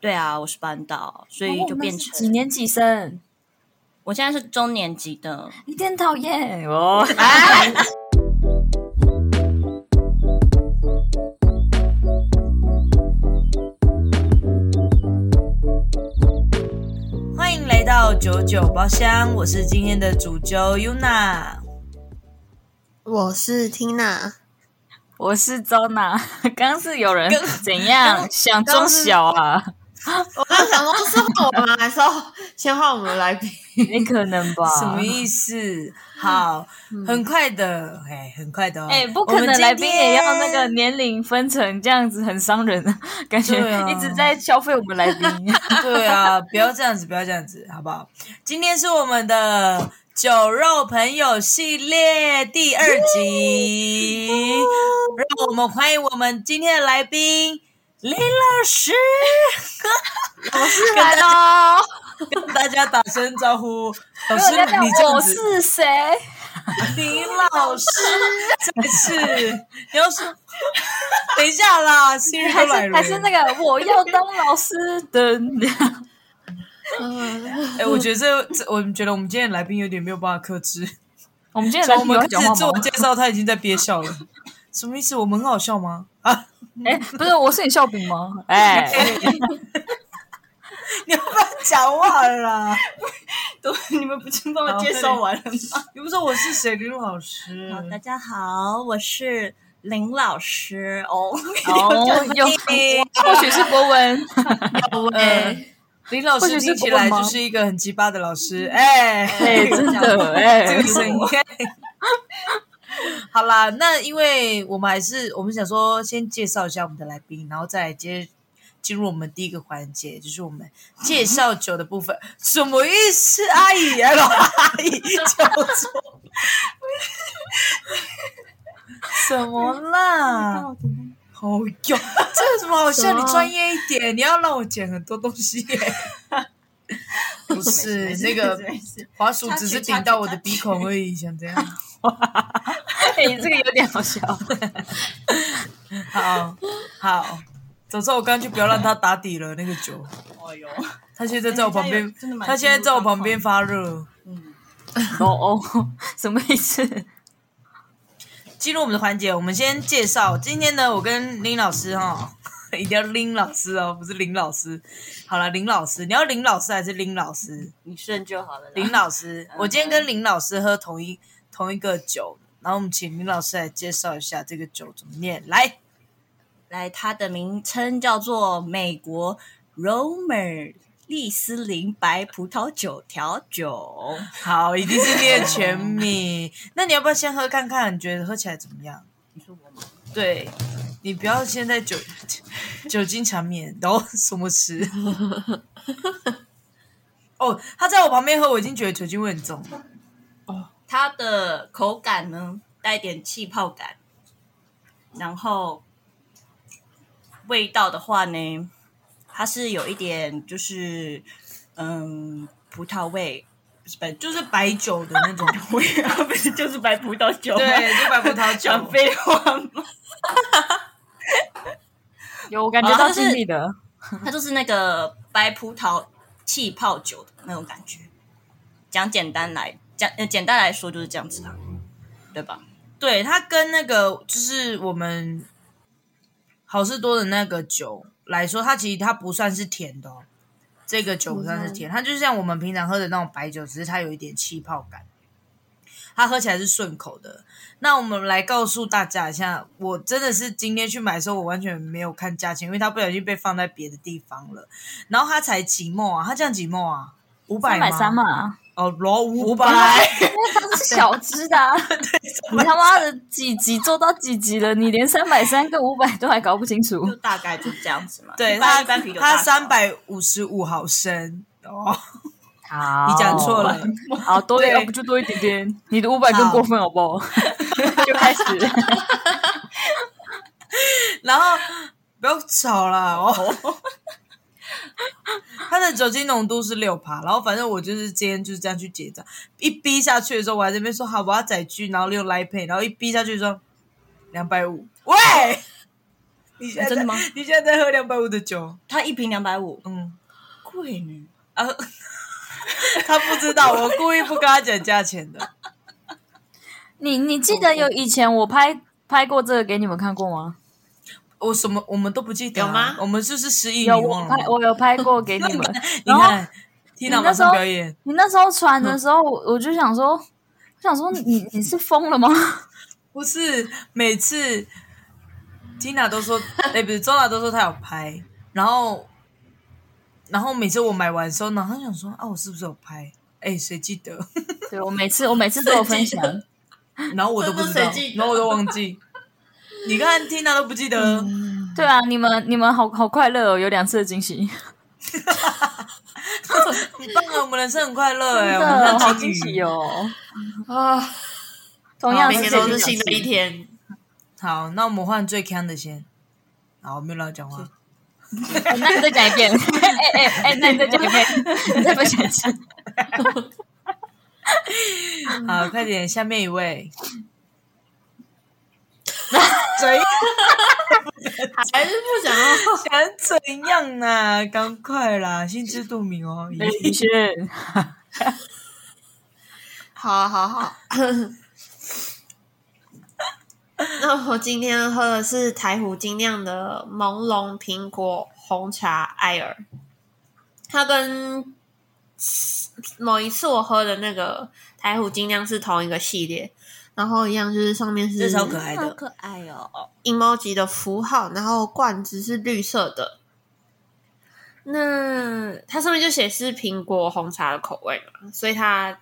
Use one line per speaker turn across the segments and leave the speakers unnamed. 对啊，我是班导，所以
哦
就
那
变
是
成、
几年级生，
我现在是中年级的。
一点讨厌哦。
欢迎来到九九包厢，我是今天的主揪 Yuna。
我是 Tina，
我是周娜，刚刚是有人怎样想中小啊？
我刚想说是换我们还是要先换我们的来宾？
没可能吧？
什么意思？好，很快的，哎，很快的、哦。
嗯哎、不可
我们
能，
今
来宾也要那个
天。
年龄分成这样子，很伤人，感觉
对啊
一直在消费我们 来宾。
对啊，不要这样子，不要这样子，好不好？今天是我们的酒肉朋友系列第二集，让我们欢迎我们今天的来宾林老师。
我是来喽，
跟大家打声招呼，老
没
师，
有人家
你
问
这样
我
子，
是谁？
林老师，真的是，你要说， 等一下啦，新人
还
来
是
了，
还是那个我要当老师的？
嗯，
哎、我觉得这这，我觉得我们今天的来宾有点没有办法克制，
我们今天
从
来
我
宾有
们
会
开
讲
始
话
自
吗
我？介绍，他已经在憋笑了，什么意思？我们很好笑吗？啊，
哎、不是，我是你笑柄吗？哎、
你要不要讲话了啦？
都你们不是帮
我介绍
完了吗？
你不说我是谁，林老师？
好，大家好，我是林老师 哦。
哦，有，或许是博文，
呃， 林老
或
师
许是
听起
国文
来
吗
就是一个很鸡巴的老师，哎、
哎、真 的，哎、
这个声音。 好啦，那因为我们还是我们想说，先介绍一下我们的来宾，然后再来接进入我们第一个环节，就是我们介绍酒的部分。什么意思，阿姨？哎老 阿姨叫错，什么啦？好哟，这有什么好笑？你专业一点，你要让我剪很多东西耶、不是那个滑鼠只是顶到我的鼻孔而已，想怎样？
哎、这个有点好笑。
好好，总之我刚刚就不要让他打底了那个酒。
哎呦，
他现在在我旁边
真的，蛮
哎他现在在我旁边发热。
哦 哦，什么意 思？
进入我们的环节，我们先介绍今天呢，我跟林老师哈， 一定要林老师哦，不是林老师。好了，林老师，你要林老师还是林老师？
你顺就好了啦。
林老 师，我今天跟林老师喝同一同一个酒，然后我们请林老师来介绍一下这个酒怎么念。来，
来，它的名称叫做美国 Romer 利斯林白葡萄酒调酒。
好，一定是 念全名。那你要不要先喝看看？你觉得喝起来怎么样？
你说我吗？
对你不要现在酒酒精缠绵，然后什么吃？哦，他在我旁边喝，我已经觉得酒精味很重。
它的口感呢，带点气泡感，然后味道的话呢，它是有一点就是嗯葡萄味， 不是白
哎就是白酒的那种
味啊，不是就是白葡萄酒吗
对，就白葡萄 酒。
讲废话吗？
有，我感觉到尽力的。
它就是那个白葡萄气泡酒的那种感觉。讲简单来讲，呃，简单来说就是这样子啦，对吧？
对，它跟那个就是我们好事多的那个酒来说，它其实它不算是甜的、哦，这个酒不算是甜，它就像我们平常喝的那种白酒，只是它有一点气泡感，它喝起来是顺口的。那我们来告诉大家一下，我真的是今天去买的时候，我完全没有看价钱，因为它不小心被放在别的地方了。然后它才几毛啊？它这样几毛啊？五百
三
吗？
百三嘛，
哦，罗五百。
因为它是小只的、啊， 你他妈的几级做到几级了？你连三百三跟五百都还搞不清楚
就，大概就是这样子嘛。
对
一般
它
一般啤酒
它
大小
三百五十五毫升哦，
好
你讲错了，
好多一
对
要不就多一点点，你的五百更过分好不好？ 就开始，
然后不要吵啦 哦。它的酒精浓度是六趴，然后反正我就是今天就是这样去结账，一逼下去的时候，我还在那边说好我要载具，然后六来配，然后一逼下去说两百五，喂，你现在
哎真的吗
你现在在喝两百五的酒？
它一瓶两百五，
嗯
贵呢。
啊， 他不知道，我故意不跟他讲价钱的。
你你记得有以前我拍拍过这个给你们看过吗？
我哦什么我们都不记得、啊，
有吗
我们就是失忆，
有
你
我
忘了吗。
拍？我有拍过给 你们
你
然后
看
你
，Tina 马
那时
上
候
表演，
你那时候传的时候，我我就想说，我想说你你是疯了吗？
不是每次 Tina 都说，哎、不是 Zona 都说她有拍，然后然后每次我买完的时候呢，她想说啊，我是不是有拍？哎、谁记得？
对我每次我每次都有分享，
然后我都不知道
真的谁记，得
然后我都忘记。你看 Tina 都不记得，
对啊，你们你们好好快乐哦，有两次的惊喜，
很棒啊！我们人生很快乐哎、
真
我们
的好
看
惊
金
喜
鱼。
哦。
啊，
同样
每
这
天
件
都是
事
新的一天。
好，那我们换最强的先。好，我没有乱讲话。
哎 那你再讲一 遍，哎哎哎，那你再讲一 遍，你再分享一次。
好，快点，下面一位。 嘴
还是不想啊要。
想怎样啊？赶快啦，心知肚明哦。
李轩，
好好好。 那我今天喝的是台虎精酿的朦胧苹果红茶艾尔，它跟某一次我喝的那个台虎精酿是同一个系列，然后一样就是上面是
这超可爱
好
的，
可爱哦！
emoji 的符号，然后罐子是绿色的。那它上面就写是苹果红茶的口味嘛，所以它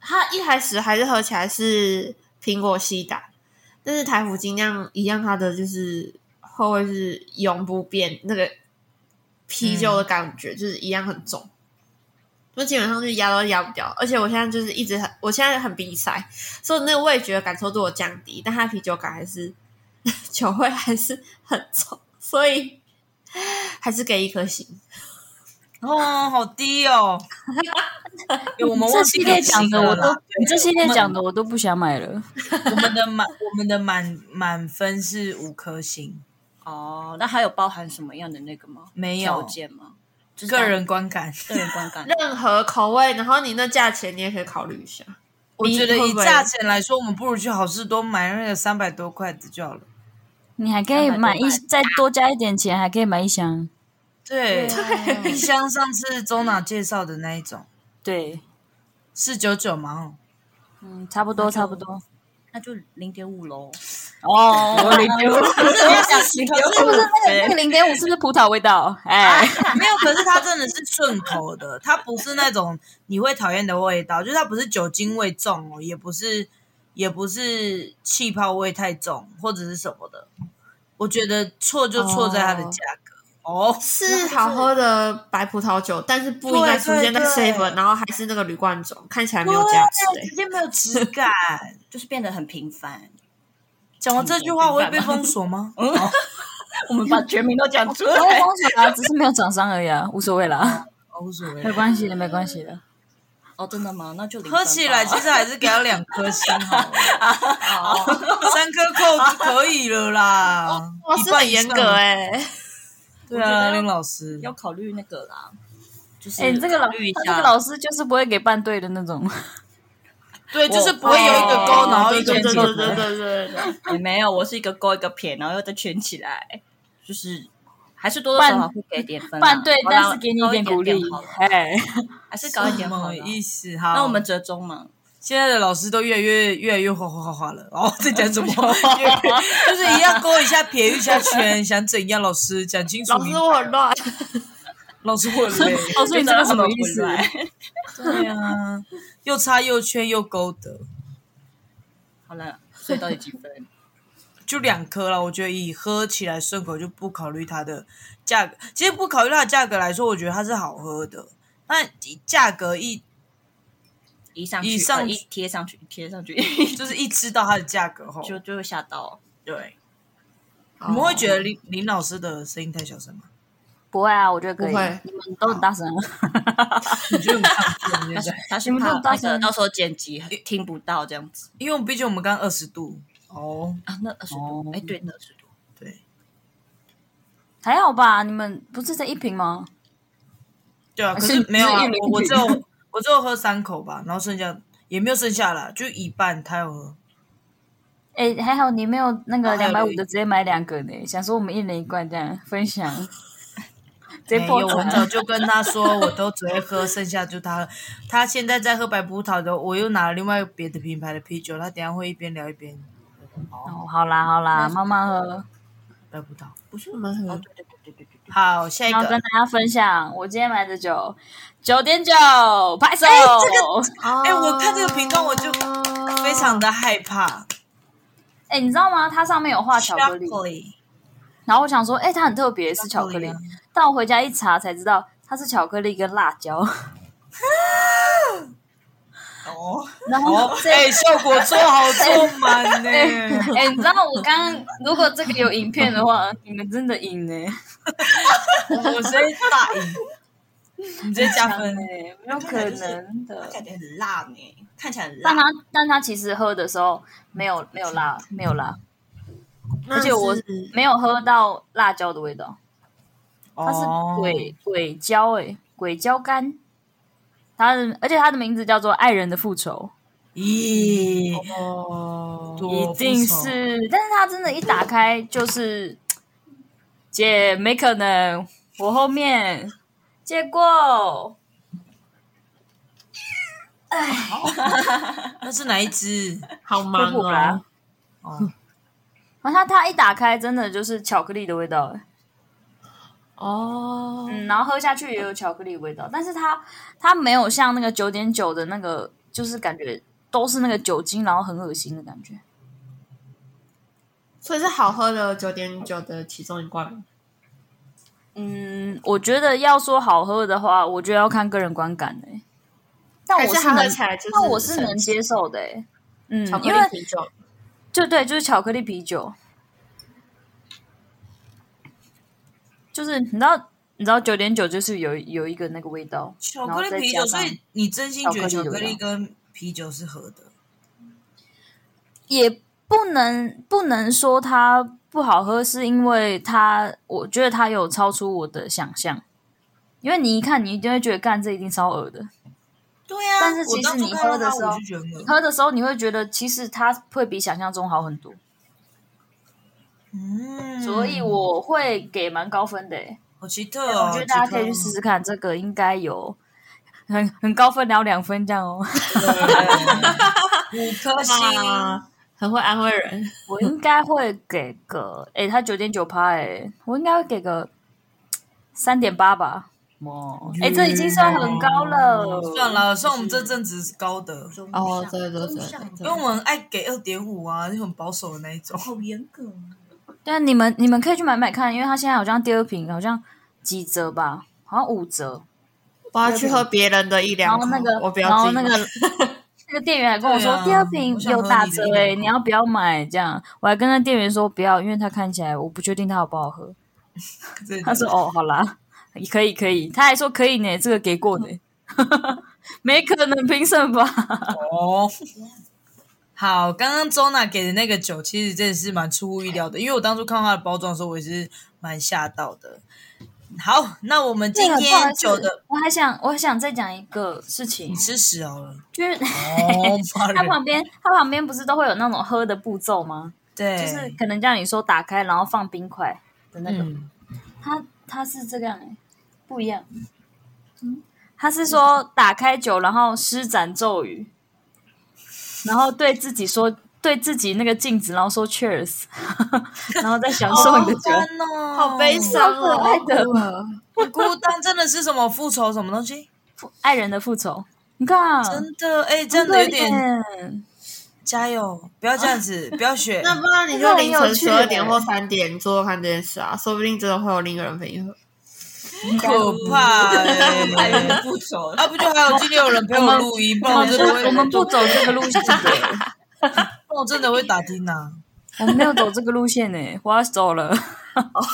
它一开始还是喝起来是苹果西打，但是台服精酿一样，它的就是后味是永不变，那个啤酒的感觉、就是一样很重，就基本上就是压都压不掉。而且我现在就是一直很，我现在很鼻塞，所以那个味觉感受度有降低，但它啤酒感还是 酒味还是很重，所以还是给一颗星。
哦，好低 哦。欸我们忘
这
记
系
给
列
星
讲的
了
我都
啦，
你这系列讲的我都不想买了。
我们的满我们的满满分是五颗星，
哦，那还有包含什么样的那个吗？
没
条
有
件吗？就是
个人观感。
个人观 感。
任何口味，然后你那价钱你也可以考虑一下。
我觉得
你
以
会不会
价钱来说，我们不如去好事多买那个三百多块的就好了。
你还可以买一
300多
再多加一点钱，还可以买一箱。
对，
对
一箱上次周娜介绍的那一种
对，
四九九嘛，哦
嗯，差不多差不多。
那就零点五喽。
哦， 零点五，
零点
是 不是那个那个零点五是不是葡萄味道？哎，
哦没有，可是它真的是顺口的，它不是那种你会讨厌的味道，就是它不是酒精味重哦，也不是也不是气泡味太重或者是什么的，我觉得错就错在它的价格哦，
是好喝的白葡萄酒，但是不应该出现在
对对
seven，
对
然后还是那个铝罐装，看起来没有价值、
直
欸。
接没有质感。
就是变得很平 凡。
讲完这句话，我会被封锁吗？
我们把全名都讲出
都封。锁了，啊只是没有厂商而已啊，无所谓啦，
哦无所 谓
没，关系的，没关系的。
哦，真的吗？那就零分吧
喝起来其实还是给他两颗星好了。三颗扣就可以了啦。
哇，
一
是
半
很
以
严
上
格。哎、
对
我觉
啊，
得
林老师，
要考虑那个啦，就是
哎，你这个老
考虑一
他
下
这个老师就是不会给半对的那种。
对，就是不会
哦
有一个勾，然后一
对
个
对
勾
对对对对对对，
也没有，我是一个勾一个撇，然后又再圈起来，就是还是多多少少会给点分啦，啊
半对，
好啦
但是给你一点鼓励
高好了，
哎，
还是高一点
什
好
么
了。
意思？哈，
那我们折中嘛，
现在的老师都越来越越来越哗哗哗哗了。哦，在讲什 么？就是一样勾一下撇一下圈，想怎样？老师讲清楚
老
明
师
白。
我很 乱，
老师会累。
哦
老师你这个什么意
就
思
是？ 让他们回来
对啊，又插又圈又勾的，
好了，所以到底几分？
就两颗了。我觉得以喝起来顺口，就不考虑它的价格。其实不考虑它的价格来说，我觉得它是好喝的。那以价格一
一上去，
以上
呃一贴上去，一贴上去
就是一知道它的价格 后，
就就会吓到。
对，你们会觉得林林老师的声音太小声吗？
不会啊，我觉得可以
不会，
你们都很大声啊。
你觉得很亢奋，
但
对不
是
对？
他是
你们
怕
都大
那
声
个到时候剪辑听不到这样子
因为我们毕竟我们刚二十度哦，
啊。那二十度，
哦
哎，对，二十度。
对，
还好吧？你们不是才一瓶吗？
对啊，可
是
是没有啊
是一零，
我我
瓶
只 有我只有喝三口吧，然后剩下也没有剩下了，就一半他有喝。
哎、还好你没有那个
哦还
两
有
百五
一
的，直接买两个呢。想说我们一人一罐这样分享， 直接
没
破
有，我早
产。
就跟他说，我都只会喝，剩下就他喝。他现在在喝白葡萄的，我又拿了另外别的品牌的啤酒，他等一下会一边聊一边
哦，好啦好啦，慢慢喝。
白葡萄。
不是
我们
哦，
很
对对对对对对对，
好，下一
然后跟
个，
大家分享，我今天买的酒九点九，拍手。
哎
哎我看这个瓶罐我就
哦
非常的害怕。
哎、你知道吗？它上面有画巧克力，
Chocolate
然后我想说，哎、它很特别，是巧克力啊
巧克力。
但我回家一查才知道，它是巧克力跟辣椒。
哦，
然后
哦，哎，效果做好做满呢。
哎、 哎你知道我刚刚如果这个有影片的话，你们真的赢欸 呢、
我直接大赢，你直接加分。
哎没有可能的
它。感觉很辣呢，看起来很
但
辣。
它但它其实喝的时候没有没有辣，没有辣，
那
而且我
是
没有喝到辣椒的味道。它是
哦
鬼鬼椒哎、鬼椒干。它的而且它的名字叫做《爱人的复仇
咦，
哦，
多
一定
不错
是，但是它真的，一打开就是，姐没可能，我后面结果
那是哪一只？
好忙
瀑布啦
哦，
哦，
然后它它一打开，真的就是巧克力的味道、欸，
哦，
嗯，然后喝下去也有巧克力味道，但是它它没有像那个九点九的那个，就是感觉都是那个酒精，然后很恶心的感觉。
所以是好喝的九点九的其中一罐。
嗯，我觉得要说好喝的话，我觉得要看个人观感诶、欸但
还
我
是它
能
喝，起来就是，
但我是能接受的、欸，嗯
巧，克
因
力
为
啤酒，
就对，就是巧克力啤酒，就是你知道，你知道九点九就是有有一个那个味道，
巧克力
然
啤酒，
后再加
所
上
以你真心觉得巧克力跟啤酒是合的？
也不能不能说它不好喝，是因为它，我觉得它有超出我的想象。因为你一看，你一定会觉得干这一定超恶的。
对啊，
但是其实
我当初
你喝的
看到它
时候
我就觉得很恶
喝的时候，你会觉得其实它会比想象中好很多，
嗯，
所以我会给蛮高分的、欸。
好奇特哦，
我觉得大家可以去试试看，这个应该有很很高分，然后两分这样哦。
哦 五颗星，
啊
哇，很会安慰人。
我应该会给个，诶、他九点九趴，诶、我应该会给个三点八吧。哦，诶、这已经算很高了。
算，了，算我们这阵子是高的，
哦对对对
因为我们爱给二点五啊，就很保守的那一种。
好严格啊，
但你们你们可以去买买看，因为他现在好像第二瓶好像几折吧，好像五折。
我要去喝别人的一
然
两口
后那个，，
我不
然
要自
后
己。
那个 那个店员还跟我说，
对啊
第二瓶有打折
我想喝你的
诶、
饮料
你要不要买？这样，我还跟那店员说不要，因为他看起来我不确定他好不好喝。他说：“哦，好啦， 可以可以。”他还说：“可以呢，这个给过呢。” 没可能，凭什么吧？
哦，好，刚刚周娜给的那个酒，其实真的是蛮出乎意料的，因为我当初看到它的包装的时候，我也是蛮吓到的。好，那 我们今
对不好
天
意思
酒的
我还想，我还想再讲一个事情
嗯
你，吃屎 好了，
就是
哦，妈
它
的，
旁边，它旁边不是都会有那种喝的步骤吗？
对，
就是可能叫你说打开，然后放冰块的那个。
嗯，
它它是这样、欸，不一样。嗯，它是说打开酒，然后施展咒语，然后对自己说，对自己那个镜子，然后说 cheers，然后再享受你的酒。
干哦，
好悲伤
好
哦，
可爱的
我孤单真的是什么复仇什么东西？
爱人的复仇，你看，
哦真的，哎、这样的有点
点
加油，不要这样子，不要学。
那不然你
真的
就
很
凌晨
有趣
十
耶
二点或三点做做看这件事啊，说不定真的会有另一个人陪你喝。
可怕、
爱人
欸！
的复仇，
啊，不就还有今天有人陪我录音，不然我真的会，
我们不走这个路线的，
不然我真的会打听呐、啊。
我们没有走这个路线呢、我要走了，
哦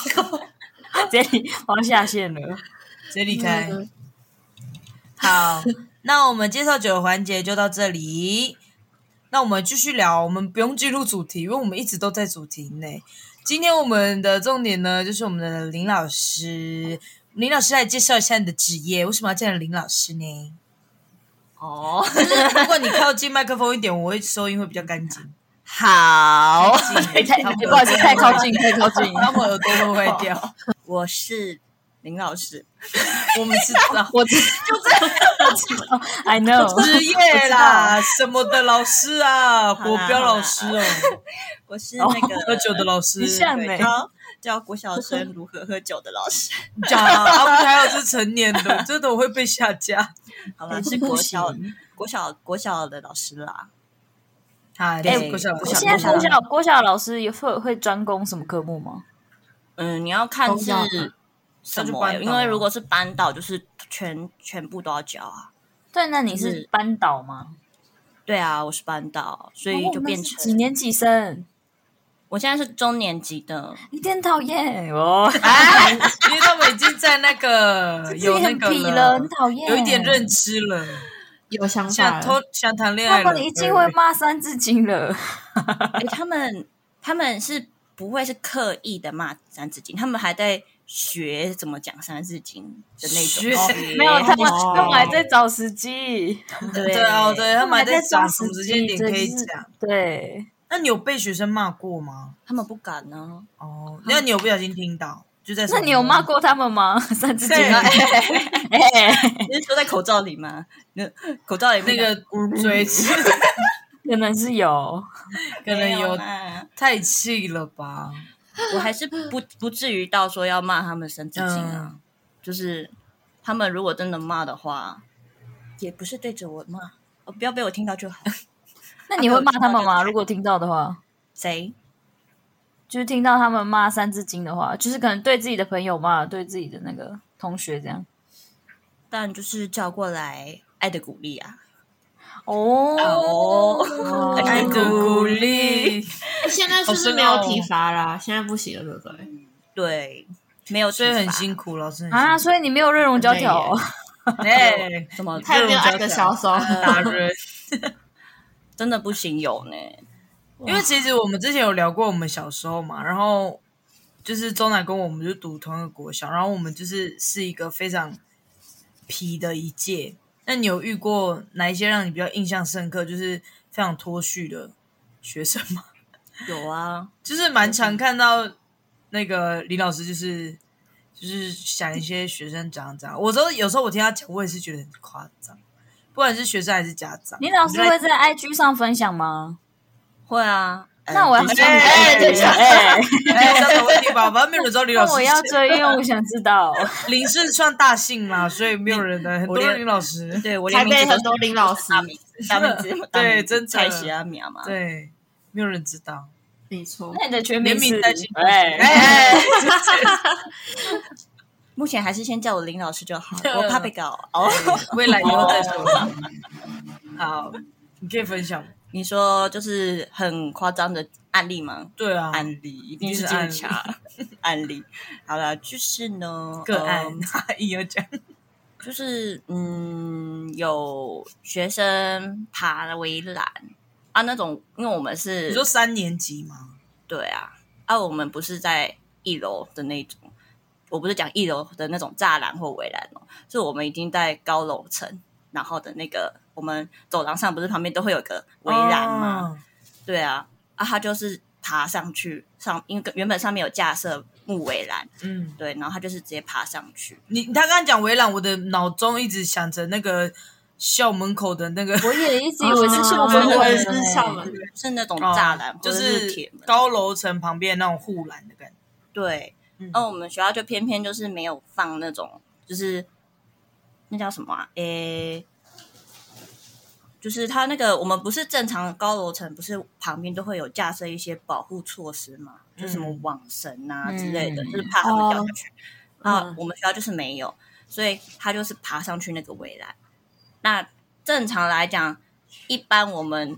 这里我要下线了。
直接
嗯
离开。好，那我们介绍酒的环节就到这里。那我们继续聊，我们不用进入主题，因为我们一直都在主题内。今天我们的重点呢，就是我们的林老师。林老师来介绍一下你的职业，为什么要叫你林老师呢？
哦，
如果你靠近麦克风一点，我会收音会比较干 净。
好，
太太哎不好意思，太靠近，太靠 近。
那我耳朵会坏掉。
我是林老师，
我们知道
我就这，I know，
职业啦，什么的老师啊，国标老师哦，
我是那 个
喝酒的老师
你。像
对
呢？
教教国小生如何喝酒的老师。
讲啊，不还有是成年的， 这种会被下架。
好了，是国小国小国小的老师啦。
啊，
对
国小，
我
国小，
现
国
在
小
国小国小老师也会会专攻什么科目吗？
嗯，你要看是
国
什么
那
欸、
就班导
因为如果是班导，就是全全部都要教啊。
对，那你是
是
班导吗？
对啊，我是班导，所以
哦
就
那
变
是
成、
几年级生？
我现在是中年级的，
一定讨厌哦，
啊，因为他们已经在那个
自
有
己
那
很
个
皮了，很讨厌，
有一点认知了，
有想法
想
了，
偷想谈恋爱
他
了。
们已经会骂三字经了。
哎、他们他们是不会是刻意的骂《三字经》，他们还在学怎么讲《三字经》的那
学
种。
没有，他们
哦
他们还在找时机。
对
对哦，对，他
他
们还
们
在
在
找
抓
什
时
么时间
机，
点
这
可以
就是
讲。
对，
那你有被学生骂过吗？
他们不敢啊呢、
哦，那你有不小心听到，就在什
那
么
你有骂过他们吗？ 三字经
对
啊，哎，
哎你是说在口罩里吗？那口罩里
那
面
个 嘴吃，
可能是有。
可能
没有
有
啦
太气了吧？
我还是不不至于到说要骂他们三字经啊，
嗯
就是他们如果真的骂的话，也不是对着我骂，哦，不要被我听到就 好。
那
啊
你会骂他们吗？如果听到的话，
谁？
就是听到他们骂三字经的话，就是可能对自己的朋友骂，对自己的那个同学这样。
但就是叫过来爱的鼓励啊，
哦，
哦
爱
爱
的
的
鼓
鼓
励，
哎现在是不是没有体罚啦？现在不行了，对不对？
对，没有，
所以很辛苦，老师很辛
啊，所以你没有热熔胶条哦，
苦。呃哎，
怎么
太没有爱的小手，
打人。
真的不行有呢？
因为其实我们之前有聊过我们小时候嘛，然后就是周奶跟我们就读同一个国小，然后我们就是是一个非常皮的一届。那你有遇过哪一些让你比较印象深刻，就是非常脱序的学生吗？
有啊，
就是蛮常看到那个李老师，就是就是想一些学生怎样怎样。我都有时候我听他讲，我也是觉得很夸张，不管是学生还是家长。
林老师会在 IG 上分享吗？
会啊。
那我要
呃
追，
就是
哎对
哎，
哎，这样的问 题吧，反正没有人知道李老
那
师
我
是
要
谁。
追，因为我想知道。
林是算大姓啦，所以没有人的，很多人林老师。
对我
台
连名
北
字
很
都
多林老师
大，名字，大 名字，大名字
真的
蔡徐阿苗嘛，
对，没有人知道。
没 错，
那你的全
连
名
名
是
带姓？
哎，
哎，
目前还是先叫我林老师就 好，
对
我怕被搞哦。
未来以后再说吧。好，你可以分享。
你说就是很夸张的案例吗？
对啊，
哦
案例一定
是
是
案
警
例
察 案例。好了，就是呢，
个 案
嗯，
也有讲。
就是嗯，有学生爬了围栏啊，那种，因为我们是
你说三年级吗？
对啊，啊，我们不是在一楼的那种，我不是讲一楼的那种栅栏或围栏哦，是我们已经在高楼层，然后的那个我们走廊上不是旁边都会有个围栏吗？
哦？
对啊，啊，他就是爬上去上，因为原本上面有架设木围栏，
嗯，
对，然后他就是直接爬上去。
你他刚刚讲围栏，我的脑中一直想着那个校门口的那个，
我也一直以为哦是校门
我
围
也
栏
是
欸
校门，
是那种栅栏、
哦就
或者是铁门，
高楼层旁边那种护栏的感觉。
对。
嗯
那、我们学校就偏偏就是没有放那种，就是那叫什么啊？诶、就是它那个我们不是正常的高楼层，不是旁边都会有架设一些保护措施嘛？就什么
嗯
网绳啊
嗯
之类的，就是怕他们掉下去。啊、
嗯
我们学校就是没有，所以他就是爬上去那个围栏。那正常来讲，一般我们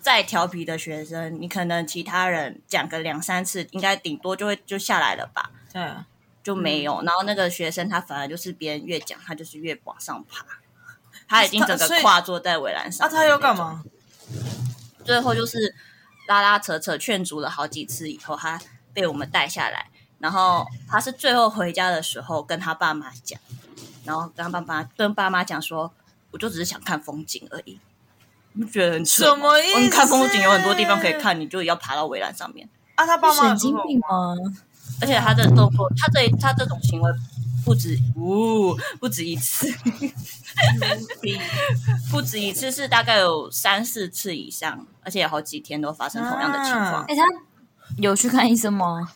再调皮的学生，你可能其他人讲个两三次，应该顶多就会就下来了吧，
对啊，
就没有。然后那个学生他反而就是别人越讲，他就是越往上爬，他已经整
他
个
所以
跨坐在围栏上。
那啊他要干？嘛？
最后就是拉拉扯扯劝阻了好几次以后，他被我们带下来。然后他是最后回家的时候跟他爸妈讲，然后跟他爸妈跟爸妈讲说，我就只是想看风景而已。你不觉得很蠢吗
什么意思
我们看风景有很多地方可以看，你就要爬到围栏上面。
啊，他爸妈
神
有
经
说
病吗？
而且他这动作，他这他这种行为不止哦，不止一次， 不止一次，是大概有三四次以上，而且有好几天都发生同样的情况。
啊
哎、他有去看医生吗？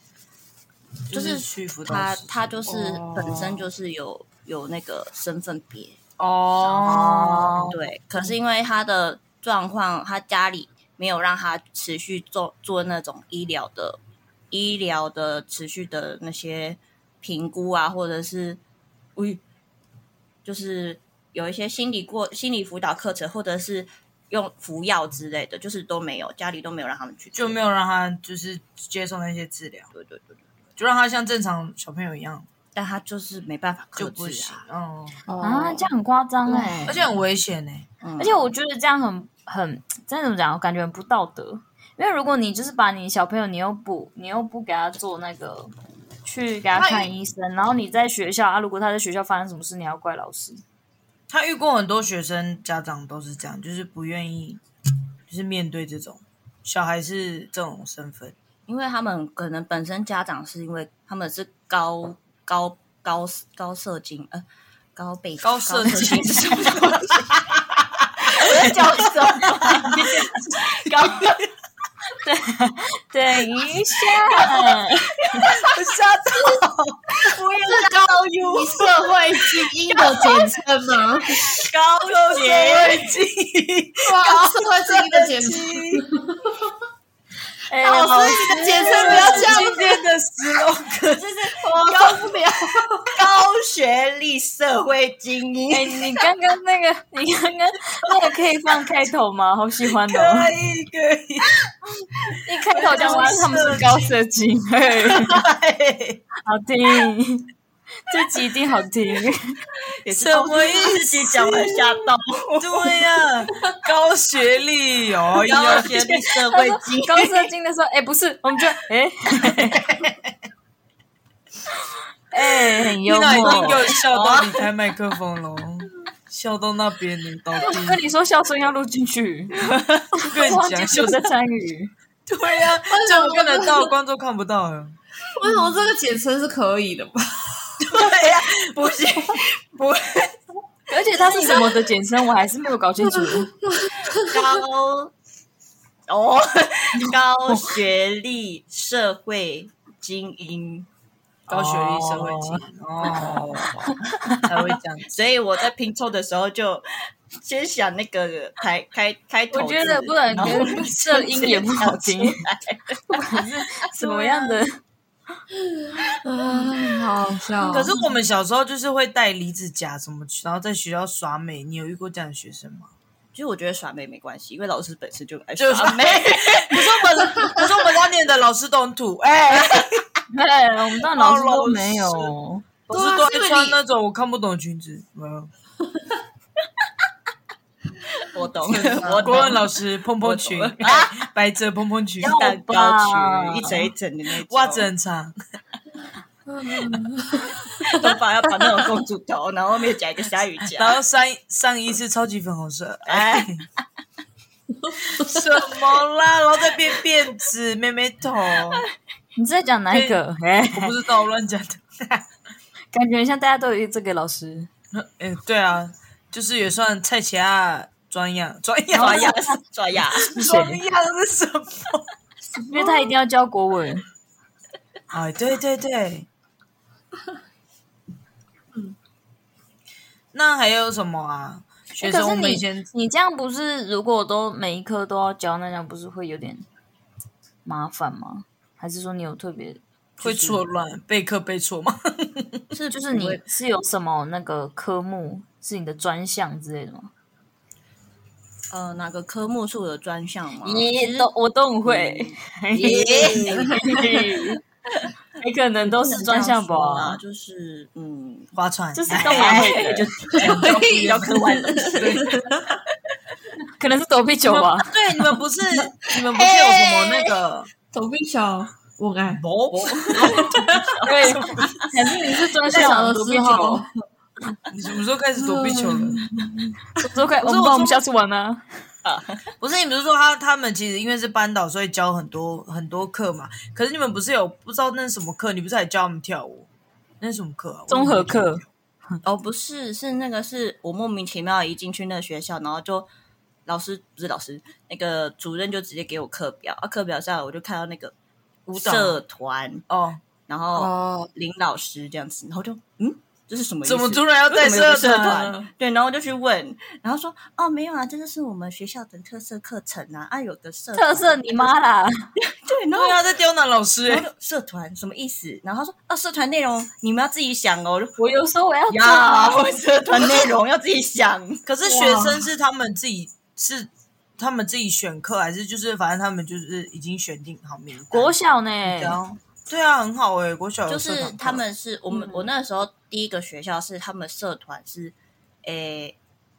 就是
屈服到
他
死
他就是
哦
本身就是有有那个身份别，
哦，
对。可是因为他的状况，他家里没有让他持续做做那种医疗的医疗的持续的那些评估啊，或者是
喂，
就是有一些心理过心理辅导课程，或者是用服药之类的，就是都没有，家里都没有让他们去做，
就没有让他就是接受那些治疗，
对对对对。
就让他像正常小朋友一样，
但他就是没办法克
就不
制
行
啊，。
哦，
啊，这样很夸张哎
而！且很危险欸呢、
嗯
而且我觉得这样很很，真的怎么讲？我感觉很不道德。因为如果你就是把你小朋友，你又不你又不给他做那个，去给他
他
看医生，然后你在学校啊，如果他在学校发生什么事，你还要怪老师。
他遇过很多学生家长都是这样，就是不愿意，就是面对这种小孩是这种身份，
因为他们可能本身家长是因为他们是高高高高射精呃高被
高射精是什么？
教授，高，对，等一下，
吓到，不要高优
社会基因的简称吗？
高社会技，
哇，社会基因的简称，
哎，
老
好
师你的简称不要这样
今天的 slogan
就是我受不了。
高学历社会精
哎、
英，
你刚刚那个，你刚刚那个可以放开头吗？好喜欢哦！
可以可以，
一开头就说他们是高射精，嘿，
对
好听，这集一定好听。
也是哦
什么意思
自己讲完吓到，
对呀、高学历哦，
高学历社会精
高射精的时候，哎、不是，我们就哎，哎、很幽
听到已经给
默。哦
我笑到离开麦克风了，笑到那边你到底
跟你说，笑声要录进 去，
跟
忘
你
记
讲
我在参与。
对呀、这我看得到，观众看不到了。
为什么这个简称是可以的吧？
对啊呀、不 行，不
而且它是什么的简称，我还是没有搞清楚。
高哦高学历社会精英，
高学历社会精哦，才会这样子。
所以我在拼凑的时候就先想那个开开开头
我
字，
觉得不能
然后
跟射音也不好听， 什么样 的？啊
嗯，好 笑
可是我们小时候就是会带离子夹什么去，然后在学校耍美。你有遇过这样的学生吗？
其实我觉得耍妹没关系，因为老师本身就爱
就是
耍妹。
可是我们，可是我们当年的老师都很土，哎、
哎，我们当老师都没有。
老师都爱穿那种我看不懂的裙子。没有
我懂，我
国文
懂。
老师蓬蓬裙，
我懂
哎白色蓬蓬裙，
蛋糕裙一层一层的那种，
袜子很长，
头发要绑那种公主头，然后后面夹一个鲨鱼
然
夹。
后上衣上衣是超级粉红色。哎，
哎，
什么啦？然后再编辫子、妹妹头，我
你是在讲哪一个？哎，
不知道，我乱讲的。
感觉像大家都有这个老师，
哎、对啊，就是也算蔡奇亚专样，专样，
抓牙，抓牙，
专样是什么？
因为他一定要教国文。
哎，对对对，
嗯
那还有什么啊？学
哦哎可
生，
是
我们
你
以前
你这样不是，如果都每一科都要教，那这样不是会有点麻烦吗？还是说你有特别
会错乱，备课备错吗？
是就是你是有什么那个科目是你的专项之类的吗？
呃，哪个科目是我的专项吗？
咦，都我都很会，
嗯
你可能都是专项
不能这样说啊，
吧，
就是嗯，
划船，
就是
哎
都蛮会 的，
比较科 幻的东西。
可能是躲避球吧。
对，你们不是你们不是有什么那个
投币小问案。
某
对，肯定你是专
最小的时候，
你什么时候开始躲避球了？
嗯都可以，我们我们下次玩啊。
不是你不是说他他们其实因为是班导，所以教很多很多课嘛？可是你们不是有不知道那是什么课？你不是还教他们跳舞？那是什么课啊？
综合课，
哦，不是，是那个是我莫名其妙一进去那个学校，然后就老师不是老师，那个主任就直接给我课表啊，课表上我就看到那个
舞蹈
社团，
哦，
然后
哦，
林老师这样子，然后就嗯，这是什么意思？
怎么突然要带
为什么有个社
团？？
对，然后就去问，然后说哦，没有啊，这就是我们学校的特色课程啊，啊，有个社
特色
团
你妈啦！
对，然后
对啊，在刁难老师
然
哎
后。就社团什么意思？然后他说啊，社团内容你们要自己想哦，我就
我有时候我要
呀，
做，啊
我 社团内容要自己想。
可是学生是他们自己是他们自己选课，还是就是反正他们就是已经选定好名单
国小呢，
然后对啊，很好哎、国小有
就
社团
是
课
他们是我们、
嗯
我那时候第一个学校是他们社团是，诶、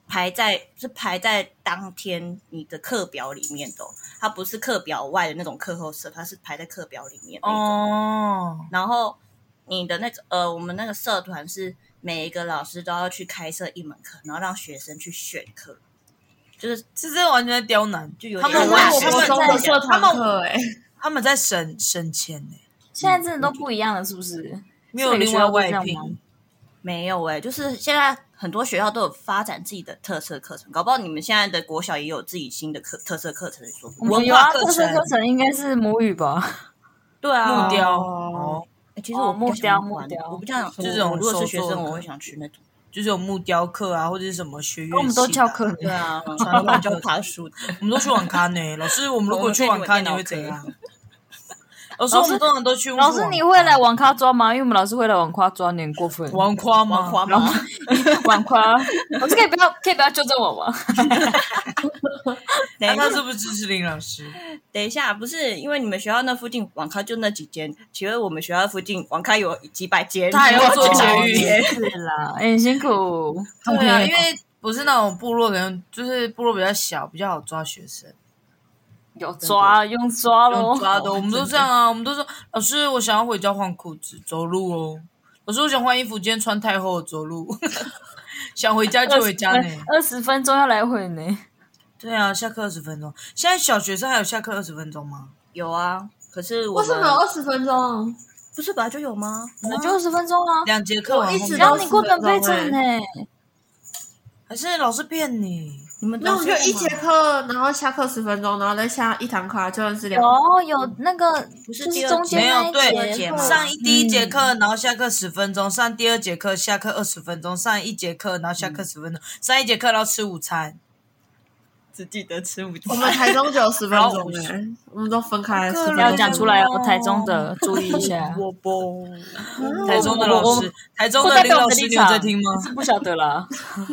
排在是排在当天你的课表里面的哦、它不是课表外的那种课后社，它是排在课表里面那种。
哦，
然后你的那个呃，我们那个社团是每一个老师都要去开设一门课，然后让学生去选课，就是
这真的完全在刁难，
就有
他们
点
我
让
我
学
国
生
中
在
的
想
社团课
哎，
他们在省省钱呢、
现在真的都不一样了，是不是？
没有另
所以
外外
学校都这样
聘
吗。
没有哎、就是现在很多学校都有发展自己的特色课程，搞不好你们现在的国小也有自己新的课特色课程说不定。
文
有
化
啊，
课
特色
程
课程应该是母语吧？
对啊，
木雕
哦
哦，
欸其实
哦
我
木
比较喜欢
雕
玩
木雕
我不这样，
这种
我如果
手
是学
做的
生，我
课
会想去那种。
就是有木雕课啊，或者是什么学乐器
哦
的
我们都翘课，
对 啊，
传统
传教爬树的，
我们都去网咖呢。老师，我们如果去网咖，你会怎样？ 老师，
老
我
师
们通常都去
老师你会来网咖抓吗？因为我们老师会来网咖抓，你很过分。
网咖吗？
黄花嘛，
网咖，老师可以不要可以不要纠正 我吗？
等
那
一
他
下，
是不是支持林老师？
等一下，不是因为你们学校那附近网咖就那几间，请问我们学校附近网咖有几百间？
他还要做
监
啊监
狱
狱
也啊是啦，哎很辛苦。
对啊，因为不是那种部落，可能就是部落比较小，比较好抓学生。
有抓用抓哎喽
用，抓的，我们都这样啊，我们都说老师，我想要回家换裤子，走路哦。老师，我想换衣服，今天穿太厚，走路。 想回家就回家呢。
二十分钟要来回呢。
对啊，下课二十分钟。现在小学生还有下课二十分钟吗？
有啊，可是我
为
们
什么有二十分钟？
不是本来就有吗？
本来就二十分钟啊，
两节课完后
我一直
只
面
要
都
你过本背证呢。
还是老师骗你？
你们
那我
当
们
时干
就一
嘛
节课，然后下课十分钟，然后再下一堂课，就是两。
哦有有那个就
不是第
嗯是
二
中
节
间
没有
那
对
一节
嗯
会
上一第一节课，然后下课十分钟；上第二节课，下课二十分钟；上一节课，然后下课十分钟；上一节课，然后吃午餐。
只记得吃午
我
餐。
们台中只有十分
然后
钟
五十
哎，我们都分开十分
不
钟。
要讲出来哦，台中的注意一 下。
我不，
嗯
台中的老
我
师，台中
不
的
代
林
表我
老
们的
师，
立
你有
场
在听吗？
不晓得啦，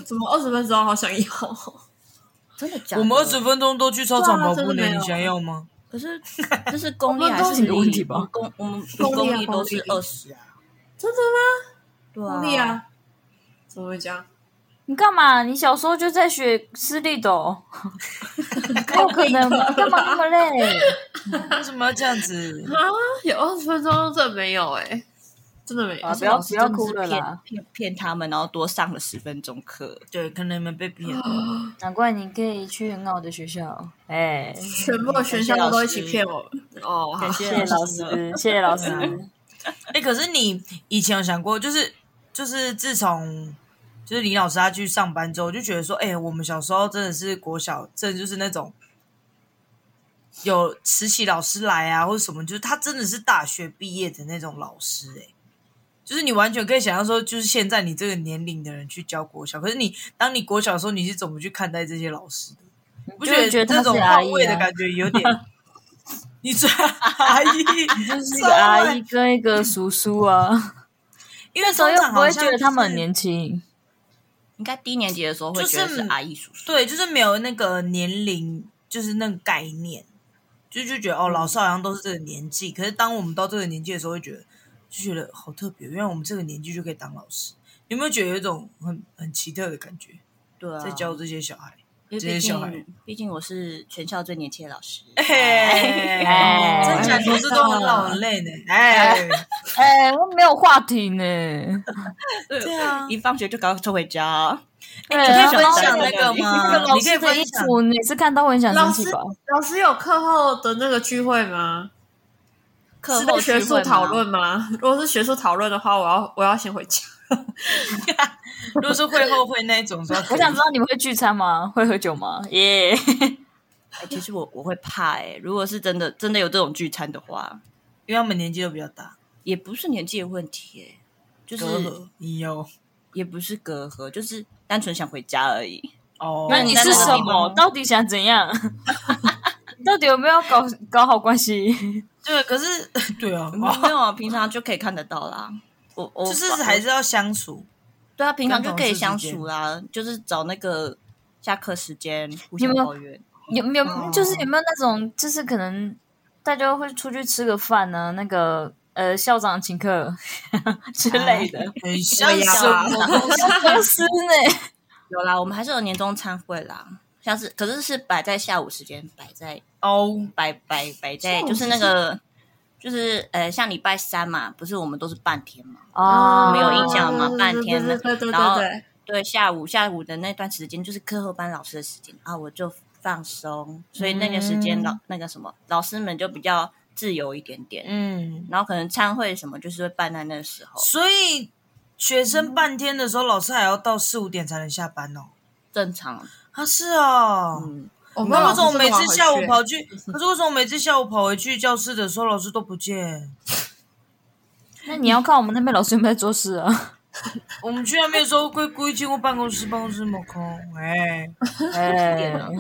怎么二十分钟？好想要。
真的假的？
我们二十分钟都去操场跑
对
步
啊真的
呢，
没有
你想要吗？
可 是这是公立还
我们都是
是
你的问
立
题吧
我们公我们
公立啊
公立都是
公立
二十啊，
真的吗？
对
公立，啊？怎么会这样？
你干嘛？你小时候就在学私立的、哦，没 有可能吧？干嘛那么累？
为什么要这样子？
啊，有二十分钟，真的没有哎、真的没有
啊，。不
老
要
师
不
真
要
的
哭
是
了
骗
啦！
骗骗他们，然后多上了十分钟课。
对，可能你们被骗了。
难怪你可以去很好的学校，哎、
全部的学校都一起骗我们哦，好
感谢
谢谢老
老师
师，谢谢老师。
哎、可是你以前有想过，就是就是自从就是李老师他去上班之后，我就觉得说，哎、我们小时候真的是国小，真的就是那种有实习老师来啊，或者什么，就是他真的是大学毕业的那种老师、哎。就是你完全可以想象说，就是现在你这个年龄的人去教国小，可是你当你国小的时候，你是怎么去看待这些老师的？你不
就
觉
会
得
觉得
这
他
种
是阿
换
姨
位的
啊
感觉有点？ 你说 阿姨，你
就是一个阿姨跟一个叔叔啊，
因为
所以
通常
不
好
会
像
觉得他们
就
很
是
年轻。
应该低年级的时候会觉得
就
是
是
阿姨叔叔，
对，就是没有那个年龄，就是那个概念，就就觉得哦，老师好像都是这个年纪。可是当我们到这个年纪的时候，会觉得就觉得好特别，原来我们这个年纪就可以当老师。你有没有觉得有一种很很奇特的感觉，
对啊，
在教这些小孩？
因为
直接
毕
小孩
竟毕竟我是全校最年轻的老师，
哎，真假同事都很老很累呢。哎，
哎、我没有话题呢。
对啊，
一放学就赶快冲回家。
哎、
你可以
然后
分
享
那个 吗
那个老
你可以
师的
分
衣
享
服，每次看到我很想生
老
气
师
吧？
老师有课后的那个聚会吗？
课后
是在
聚会
学术
吗
讨，论吗？如果是学术讨论的话，我要我要先回家。
如果是会后会那一种，
我想知道你们会聚餐吗？会喝酒吗？耶、
哎其实我我会怕哎，如果是真的真的有这种聚餐的话，
因为他们年纪都比较大，
也不是年纪的问题哎，就
隔
是
阂你有
也不是隔阂，就是单纯想回家而已。
哦。
那你是什么？
到
到底想怎样？ 到底有没有搞搞好关系？
对，可是 对啊，
没有啊，平常就可以看得到啦。我我
就是还是要相处。
对啊，平常
跟
就
同
可以
事之
相
间
处啦，就是找那个下课时间互
你
相
们
抱怨。
有没有、
哦
就是有没有那种就是可能大家会出去吃个饭呢？那个呃校长请客之类的，
很像
对呀
什么东西？
公司 呢？
有啦，我们还是有年终餐会啦，像是可是是摆在下午时间，摆在
哦，
摆摆摆在
下午
就是那个就是呃，像礼拜三嘛，不是我们都是半天嘛，
啊，
没有印象吗
对
半天
哦对
的
对对对
然后
对，
对，下午下午的那段时间就是课后班老师的时间啊，我就放松，所以那个时间
嗯
老、那个什么老师们就比较自由一点点，
嗯，
然后可能餐会什么就是会办在那时候，
所以学生半天的时候，老师还要到四五点才能下班哦。
正常，
啊，是啊。
嗯，
我
那为什么
们
每次下午跑去？可是为什么每次下午跑回去教室的时候，老师都不见？
那你要看我们那边老师有没有在做事啊？
我们去那边的时候，会故意经过办公室，办公室没空，哎，
哎，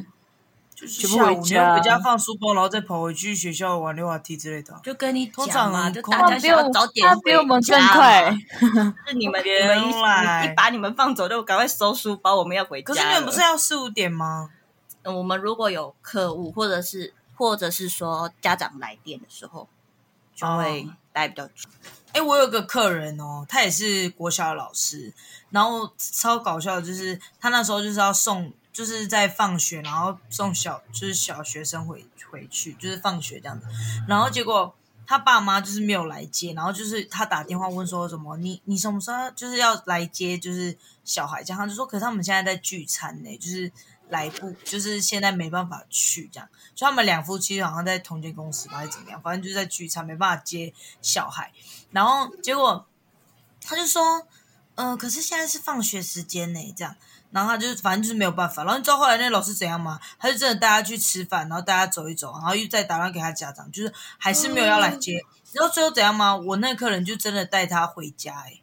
就是
全部
下
回
午你
家
要回家放书包，然后再跑回去学校玩溜滑梯之类的。
就跟你通
通常
常嘛，就
空
大家
他比
想要
我
早点
他比我们
回家
更
嘛
快，
是你们你
原
们一
来
一把你们放走就赶快收书包，我们要回家
可
了。
是你们不是要四五点吗？
嗯我们如果有客户或者是或者是说家长来电的时候，就会
哦
待比较久。
哎、我有个客人哦，他也是国小的老师，然后超搞笑的就是他那时候就是要送，就是在放学，然后送小就是小学生回回去，就是放学这样子，然后结果他爸妈就是没有来接，然后就是他打电话问说什么你你什么时候就是要来接就是小孩这样，他就说可是他们现在在聚餐呢、就是来不就是现在没办法去这样，就他们两夫妻好像在同间公司吧还是怎么样，反正就是在聚餐没办法接小孩。然后结果他就说，呃，可是现在是放学时间呢，这样。然后他就反正就是没有办法。然后你知道后来那老师怎样吗？他就真的带他去吃饭，然后带他走一走，然后又再打电话给他家长，就是还是没有要来接。然后最后怎样吗？我那客人就真的带他回家、欸，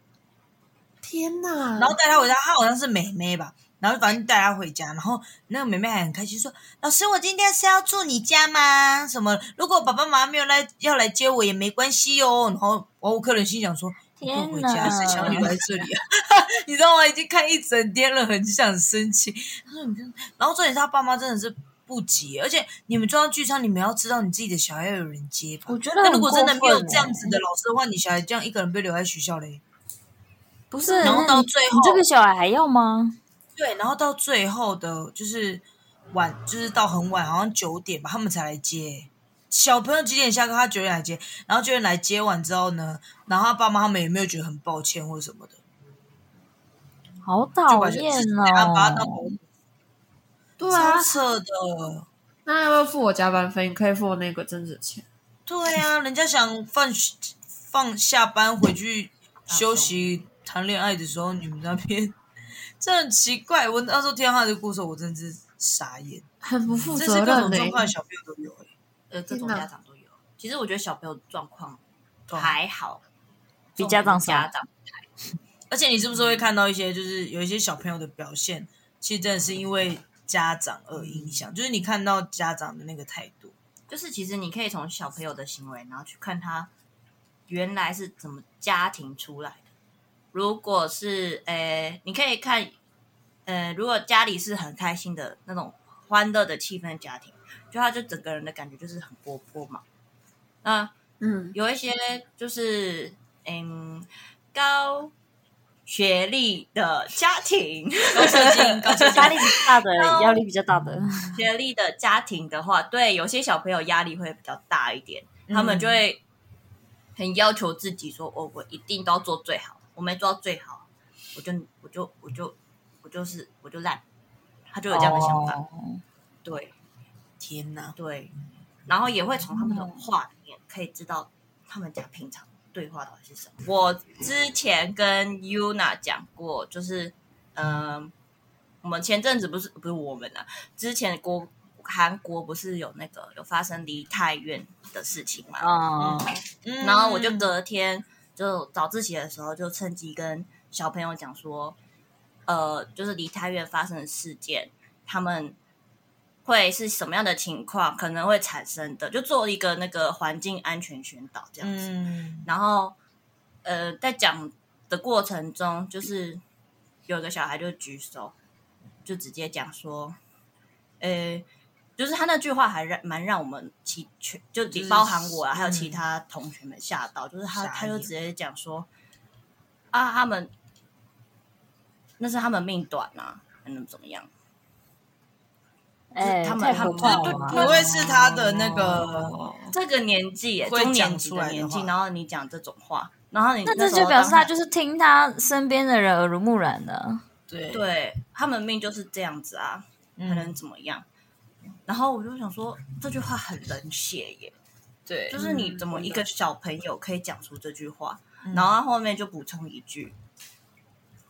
天哪！
嗯
然后带他回家，他好像是妹妹吧，然后反正带他回家，然后那个妹妹还很开心说：“老师，我今天是要住你家吗？什么？如果爸爸妈妈没有来要来接我也没关系哦。”然后我客人心想说：“
天
你不回家，
哪
谁想要你来这里啊？ 你知道吗？已经看一整天了，很想生气。”他说：“你这……”然后重点是他爸妈真的是。不急，而且你们就要聚餐，你们要知道你自己的小孩要有人接吧。
我觉得
那
很
如果真的没
过分
有
欸
这样子的老师的话，你小孩这样一个人被留在学校嘞？
不是，
然后
那
到
你
最
你这
后
个小孩还要吗？
对，然后到最后的就是晚，就是到很晚，好像九点吧，他们才来接。小朋友几点下课？他九点来接，然后九点来接完之后呢，然后他爸妈他们也没有觉得很抱歉或者什么的，
好
就
讨
把小
厌
然后把他当
哦！
保姆，
对啊
超，扯的。
那要不要付我加班费？你可以付我那个增值钱。
对啊，人家想放学放下班回去休息谈恋爱的时候，你们那边这很奇怪。我那时候听到他的故事，我真的是傻眼，
很不负
这
责
是各
任欸
种
呢、
状况的小朋友都有、欸。
呃，这种
天哪
家长都有。其实我觉得小朋友状况
对啊
还好，
比家长
重点是
少
家长
而且你是不是会看到一些，就是有一些小朋友的表现，其实真的是因为家长而影响，就是你看到家长的那个态度。
就是其实你可以从小朋友的行为，然后去看他原来是怎么家庭出来的。如果是呃，你可以看呃，如果家里是很开心的那种欢乐的气氛的家庭，就他就整个人的感觉就是很活泼嘛。那
嗯，
有一些就是嗯高学历的家庭，
高射精，高射精
压力比较大的，压力比较 大的，
学历的家庭的话，对有些小朋友压力会比较大一点，他
嗯
们就会很要求自己说：“哦，我一定都要做最好，我没做到最好，我就我就我就我就是我就烂。”他就有这样的想法，
哦
对
天哪，
对，然后也会从他们的话里面可以知道他们家平常对话到底是什么。我之前跟 Yuna 讲过，就是嗯、呃我们前阵子不是不是我们啊，之前国韩国不是有那个有发生梨泰院的事情嘛？
嗯，
嗯
然后我就隔天就早自习的时候，就趁机跟小朋友讲说，呃，就是梨泰院发生的事件，他们会是什么样的情况，可能会产生的，就做一个那个环境安全宣导这样子。
嗯，
然后呃，在讲的过程中，就是有一个小孩就举手，就直接讲说，呃，就是他那句话还让蛮让我们其全就
就是
包含我啊，还有
嗯
其他同学们吓到，就是他
傻眼
他就直接讲说，啊，他们那是他们命短啊，还能怎么样？
哎，
嗯他们
太
他
可
们
怕
这
对，
了
不
吧。
会是他的那个，
这个年纪耶，
会
中
讲
年级
出来
的
的
年纪，
话
然后你讲这种话，然后你
那
那
这
时候
就表示
当
他
下
就是听他身边的人耳濡目染的，
对，
对他们命就是这样子啊，还能
嗯，
怎么样？然后我就想说，这句话很冷血耶，
对，
就是你怎么一个小朋友可以讲出这句话？
嗯
然后他后面就补充一句：“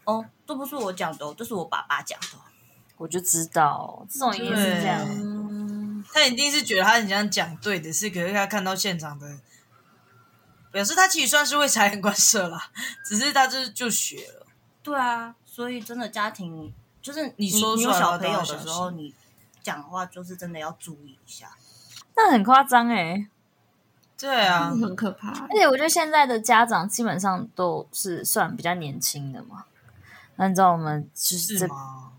哦，这不是我讲的哦，这是我爸爸讲的哦。
我就知道这种一定是这样。
对
嗯，
他一定是觉得他很想讲对的事，可是他看到现场的，表示他其实算是会察言观色啦， 只是他就是就学了，”
对啊，所以真的家庭就是
你说
你
出
有
来
小
话
朋
都
友
要
的
小
时候，
心
你讲话就是真的要注意一下。
那很夸张哎！
对啊，
很可怕
而。且我觉得现在的家长基本上都是算比较年轻的嘛，那你知道我们就是
是
这
吗？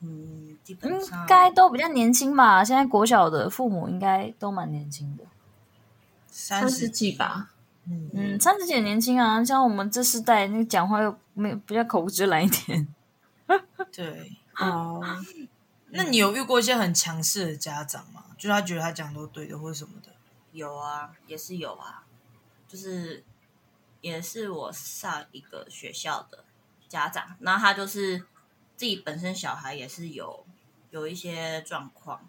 嗯，基本上
应该都比较年轻吧？现在国小的父母应该都蛮年轻的，
三
三
十
十，几吧，
嗯，
嗯，三十几也年轻啊。像我们这世代，那个讲话又没有比较口无遮拦一点。
对。
哦，
那你有遇过一些很强势的家长吗？就是他觉得他讲都对的，或者什么的。
有啊，也是有啊，就是也是我上一个学校的家长，那他就是自己本身小孩也是有有一些状况，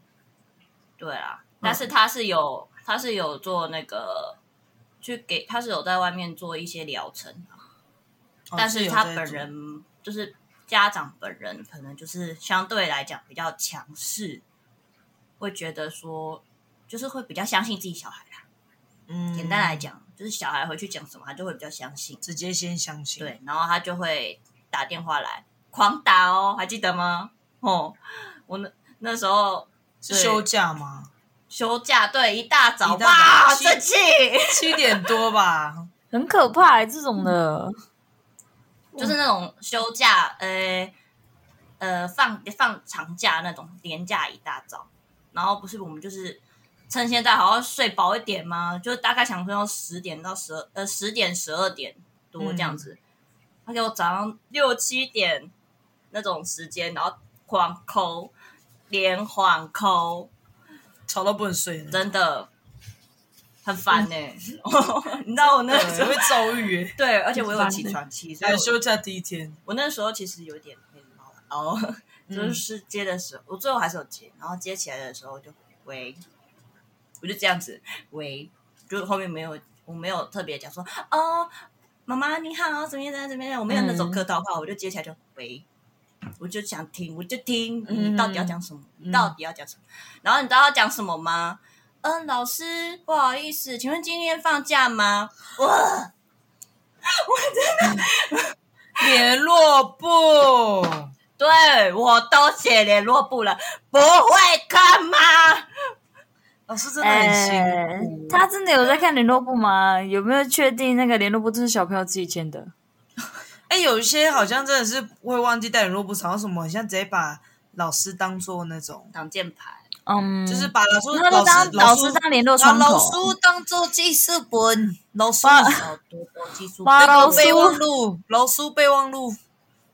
对啊，
嗯
但是他是有他是有做那个去给他是有在外面做一些疗程啊，
哦
但是他
有在
本
做
人就是家长本人，可能就是相对来讲比较强势，会觉得说就是会比较相信自己小孩啦。
嗯
简单来，讲，就是小孩回去讲什么，他就会比较相信。
直接先相信。，
对，然后他就会打电话来，狂打哦，还记得吗？哦，我那那时候
是
对
休假吗？
休假，对，一大早
一大早
哇，
七
生气，
七点多吧，
很可怕、欸、这种的，
就是那种休假，呃呃，放放长假那种连假一大早，然后不是我们就是趁现在好好睡饱一点嘛，就大概想说要十点到十二呃十点十二点多这样子，他给我早上六七点那种时间，然后狂抠，连环抠，
吵到不能睡了，
真的很烦呢、 你知道我那时
对
候
会遭 遇耶。
对，而且我有起床气，所以
在
我
休假第一天，
我那时候其实有点累毛 哦，
嗯
就是接的时候，我最后还是有接，然后接起来的时候就喂，我就这样子喂，就是后面没有，我没有特别讲说哦，妈妈你好，怎么样怎么样，我没有那种
嗯
客套话，我就接起来就喂。我就想听，我就听，
嗯
你到底要讲什么？
嗯
你到底要讲什么？然后你知道要讲什么吗？嗯，老师，不好意思，请问今天放假吗？
联络部，
对我都写联络部了，不会看吗？
老师真的很
哎
辛苦。
欸他真的有在看联络簿吗？有没有确定那个联络簿都是小朋友自己签的？
哎，有一些好像真的是会忘记带联络部，吵到什么，很像直接把老师当做那种，
挡箭牌，
嗯，
就是把老师
他都当
师老
老师当联络
把
窗
老
口，
师当做记事本，老师
把
要多多记住。
把
那
老
个
师
备忘录，老师备忘录，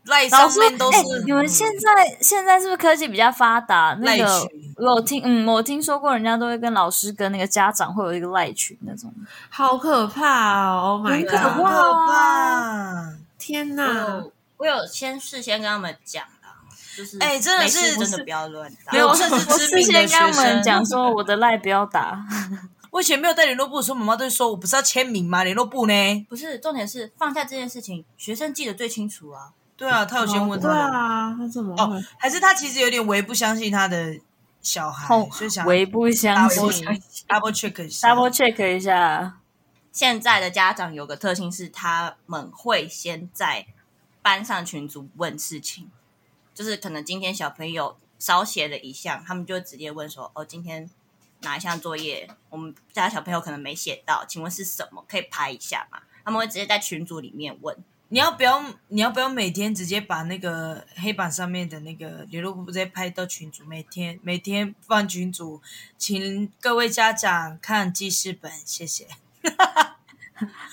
赖
老
上
师
面都
哎
是
你们现在现在是不是科技比较发达？那
赖
个
群
我有听嗯，我听说过人家都会跟老师跟那个家长会有一个赖群那种，
好可怕哦！Oh my
很可
好可
god！
怕！
天
我
哪！
有我有先事先跟他们讲啦，就是
哎真的
没事
是
真的不要乱打。
没有，甚至
我
知
之
名的
前跟他
学
们
生
讲说我的赖不要打，
我以前没有带联络簿的时候，妈妈都会说我不是要签名吗？联络簿呢？
不是重点是放下这件事情，学生记得最清楚啊。
对啊，他有先问
对
他，
啊，他怎么
哦
会？
还是他其实有点微不相信他的小孩
哦，
所以哎想
唯不相
微不
信
相。double check 一下。
double check 一下，
现在的家长有个特性是，他们会先在班上群组问事情，就是可能今天小朋友少写了一项，他们就直接问说：“哦，今天哪一项作业我们家小朋友可能没写到，请问是什么？可以拍一下吗？”他们会直接在群组里面问。
你要不要？你要不要每天直接把那个黑板上面的那个联络簿直接拍到群组？每天每天放群组，请各位家长看记事本，谢谢。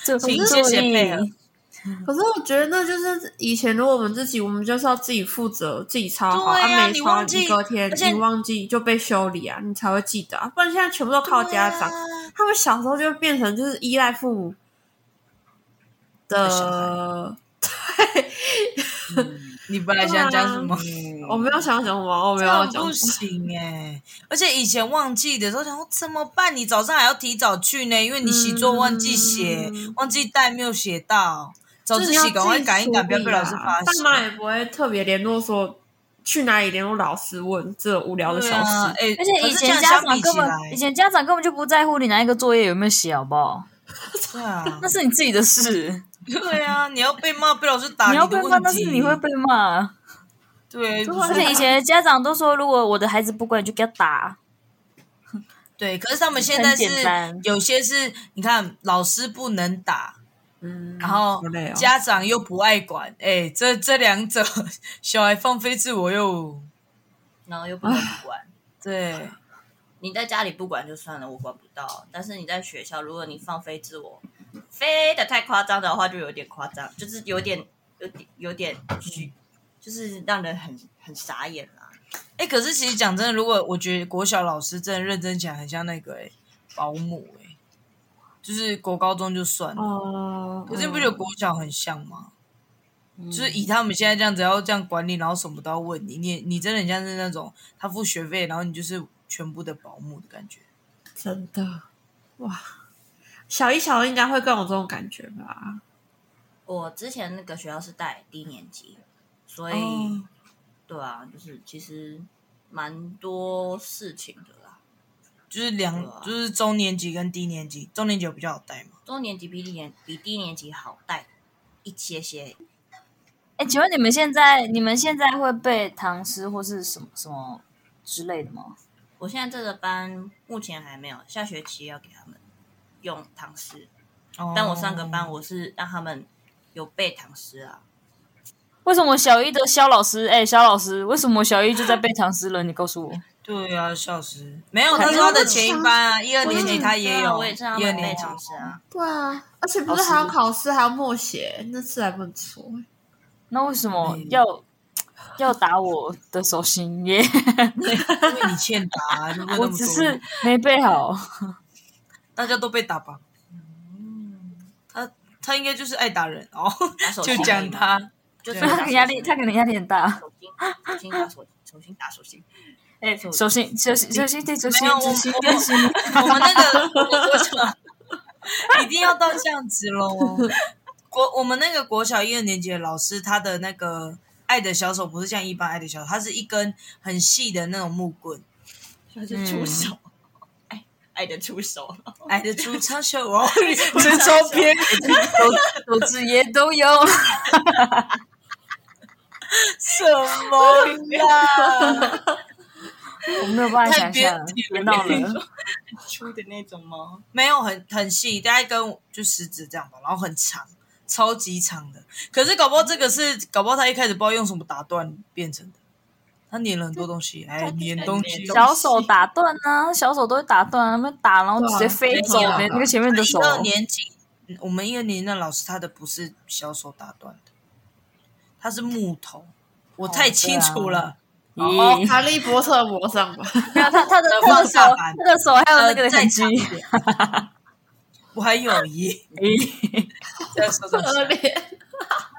这
请谢谢配合
可是我觉得那就是以前如果我们自己，我们就是要自己负责，自己抄好，
对啊
没
你
抄
忘记
你隔天
而且
你忘记就被修理啊，你才会记得啊，不然现在全部都靠家长。
啊
他们小时候就变成就是依赖父母的。
你本来想讲什么？
我没有想要讲什么，我没
啊这
有要
样
讲
不
什么。
行哎、而且以前忘记的时候，想说怎么办？你早上还要提早去呢，因为你习作忘记写，
嗯
忘记带，没有写到。早
就是
自
你要
习赶快
自己
赶一赶，
处
不要被
理
老师
啊
发
爸妈也
现。
不会特别联络说去哪里联络老师问这无聊的
对
小事。
啊，哎、
而且
可
以
是
前
这样
家
相
长
比
根
起
本
来，
以前家长根本就不在乎你哪一个作业有没有写，好不好？
对 啊
那，是你自己的事，
对啊，你要被骂，被老师打，
你要
啊的
被骂，
问
但是
题
你会被骂。
对，
对啊
而
不是
且以前的家长都说，如果我的孩子不乖，你就给他打。
对，可是他们现在是
很简单
有些是，你看老师不能打，
嗯，
然后
好累哦
家长又不爱管，哎、这这两者，小孩放飞自我又
然后又不能不管。
对，
你在家里不管就算了，我管不到。但是你在学校，如果你放飞自我，飞的太夸张的话，就有点夸张，就是有点有点有点虚，就是让人很很傻眼啦。
哎、可是其实讲真的，如果我觉得国小老师真的认真起来，很像那个、欸、保姆哎、就是国高中就算了，
哦，
可是你不觉得国小很像吗？
嗯
就是以他们现在这样子要这样管理，然后什么都要问你，你也你真的很像是那种他付学费，然后你就是全部的保姆的感觉。
真的哇，小一、小二应该会更有这种感觉吧？
我之前那个学校是带低年级，所以、
哦
对啊，就是其实蛮多事情的啦。
就是两、
对啊
就是中年级跟低年级，中年级有比较好带嘛。
中年级比低年比低年级好带一些些，
哎，请问你们现在你们现在会背唐诗或是什么什么之类的吗？
我现在这个班目前还没有，下学期要给他们用唐诗。但我上个班，我是让他们有背唐诗啊。
为什么小一的肖老师？哎，肖老师，为什么小一就在背唐诗了？你告诉我。
对啊，笑死，没有，
可
他
是
是他
我
的
不
前一
想
班啊，一二
我
年级
也
他
是
也
啊
有，
我也是让
一
他
二
们
年
背
级
唐诗啊。
对啊，而且不是还要考试，还要默写，那次还不错。
那为什么
嗯
要要打我的手心耶？
因为你欠打、啊，就问那
我
么
只
多
是没背好。
大家都被打吧。他他应该就是爱打人哦，
打手
就
心而已
讲
嘛，
他。
就是
对
他可能压力，他可能压力很大。
手心手心打手手心打手心。
哎，手心，手心，手心，对，手
没
心，
有，我
手
我
心，
我们那个国小一定要到这样子喽。 国我们那个国小一二年级的老师，他的那个爱的小手不是像一般爱的小手，他是一根很细的那种木棍，
他是
嗯
出手，爱爱的出手。
爱的出长手哦，
这周边有有字也都有。
什么 呀？
我没有办法
太
想
别
象，
提
别
了
闹
那
了。
粗的那种吗？
没有很很细，大概跟就食指这样吧，然后很长，超级长的。可是搞不好这个是搞不好他一开始不知道用什么打断变成的，他粘了很多东西，哎，粘东西，
小手打断啊，小手都会打断、啊，那边打然后直接飞走
对啊
那个前面的手
一，二年级
嗯我们一个年的老师他的不是小手打断的，他是木头，我太清楚了。
哦，
咦
哈利波特魔杖吧，
没有他他的
放
他的手
下板
他的手还有啊那个
呃再
痕迹
长，一点，我还有 一，在手上
恶劣。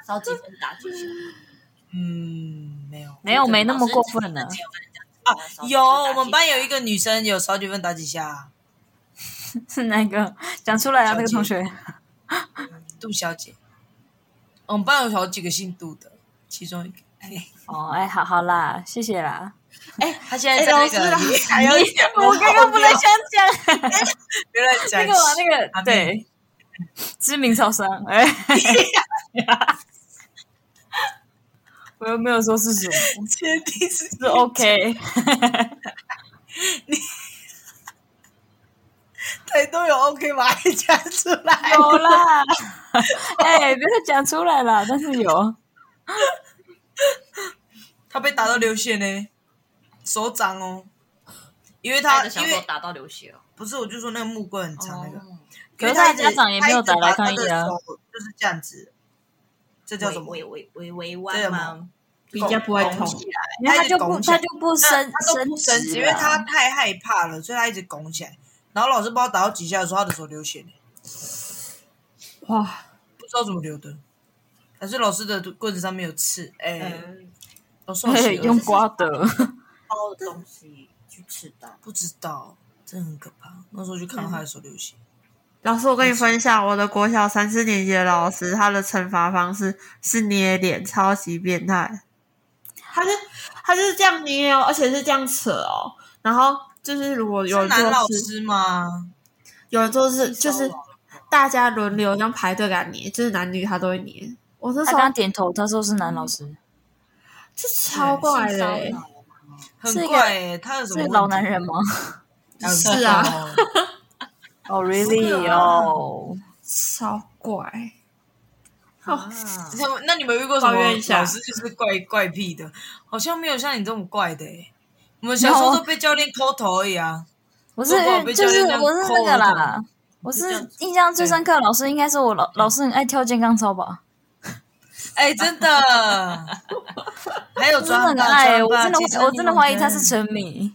少几分打几分，
嗯，没有
没有没那么过分
呢
了。。
啊，有我们班有一个女生有少几分打几下啊，
是哪个？讲出来啊，
小
那个
姐
同学。
杜小姐，我们班有好几个姓杜的，其中一个，哎，
哦，哎，好好啦，谢谢啦。
她现在在那
哎
个
老师老师还有
我刚刚不能想讲
别乱
那
讲
个嘛，那
阿
个对，知名超商。哎，我又没有说是什么，
确定 是
是 OK。
台都有 OK 把爱讲出来，
有啦，哎，不要讲出来啦，但是有。
她被打到流血呢，手掌哦，因为
他
她
的小
因
手
为
打到流血哦，
不是我就说那个木棍很长那个，
哦可
因为
是他
一
的
直
家长也没有打来抗议啊
她一直把她的手就是这样子，这叫什么？啊
委委委委弯
这叫什
吗？
比较不会
拱
痛
起来
因为
他
他
一直
就不
拱起来
他就不升
他都不
升
伸
职啊
直，
了，
因为他太害怕了，所以他一直拱起来。然后老师不知道打到几下的时候，他的手流血了，
哇，
不知道怎么流的。还是老师的棍子上面有刺，哎、
嗯，
老师好
对
血哦
用刮的。
包的东西去吃到，
不知道，真的很可怕。那时候就看到他的手流血，
嗯
老师，我跟你分享，我的国小三四年级的老师，他的惩罚方式是捏脸，超级变态。他是他是这样捏哦，而且是这样扯哦，然后就是如果有
是
人做
男老
事，
师吗？
有人做事就是
骚扰
大家轮流这样排队给他捏，就是男女他都会捏。我那
他
时候
刚点头，他说是男老师，
这超怪的、欸
性，骚扰
很
是一个
怪、欸，他有什
是
么问题
老男？人吗？
是啊
很怪哦，
哦，really 哦，
超怪。
啊
那那你们遇过什么
抱怨一下
老师就是怪怪癖的？好像没有像你这么怪的、欸。我们小时
啊
候都被教练抠头而已啊。
我是
如果被
就
教
是
练这样
我是那
抠
个
我
啦，我是印象最深刻的老师应该是我老老师很爱跳健康操吧，
哎、真 的，还有
我真的
专
很
班，
爱，
嗯专
我
班
真的
其实
我真的
你们
怀疑他是沉迷，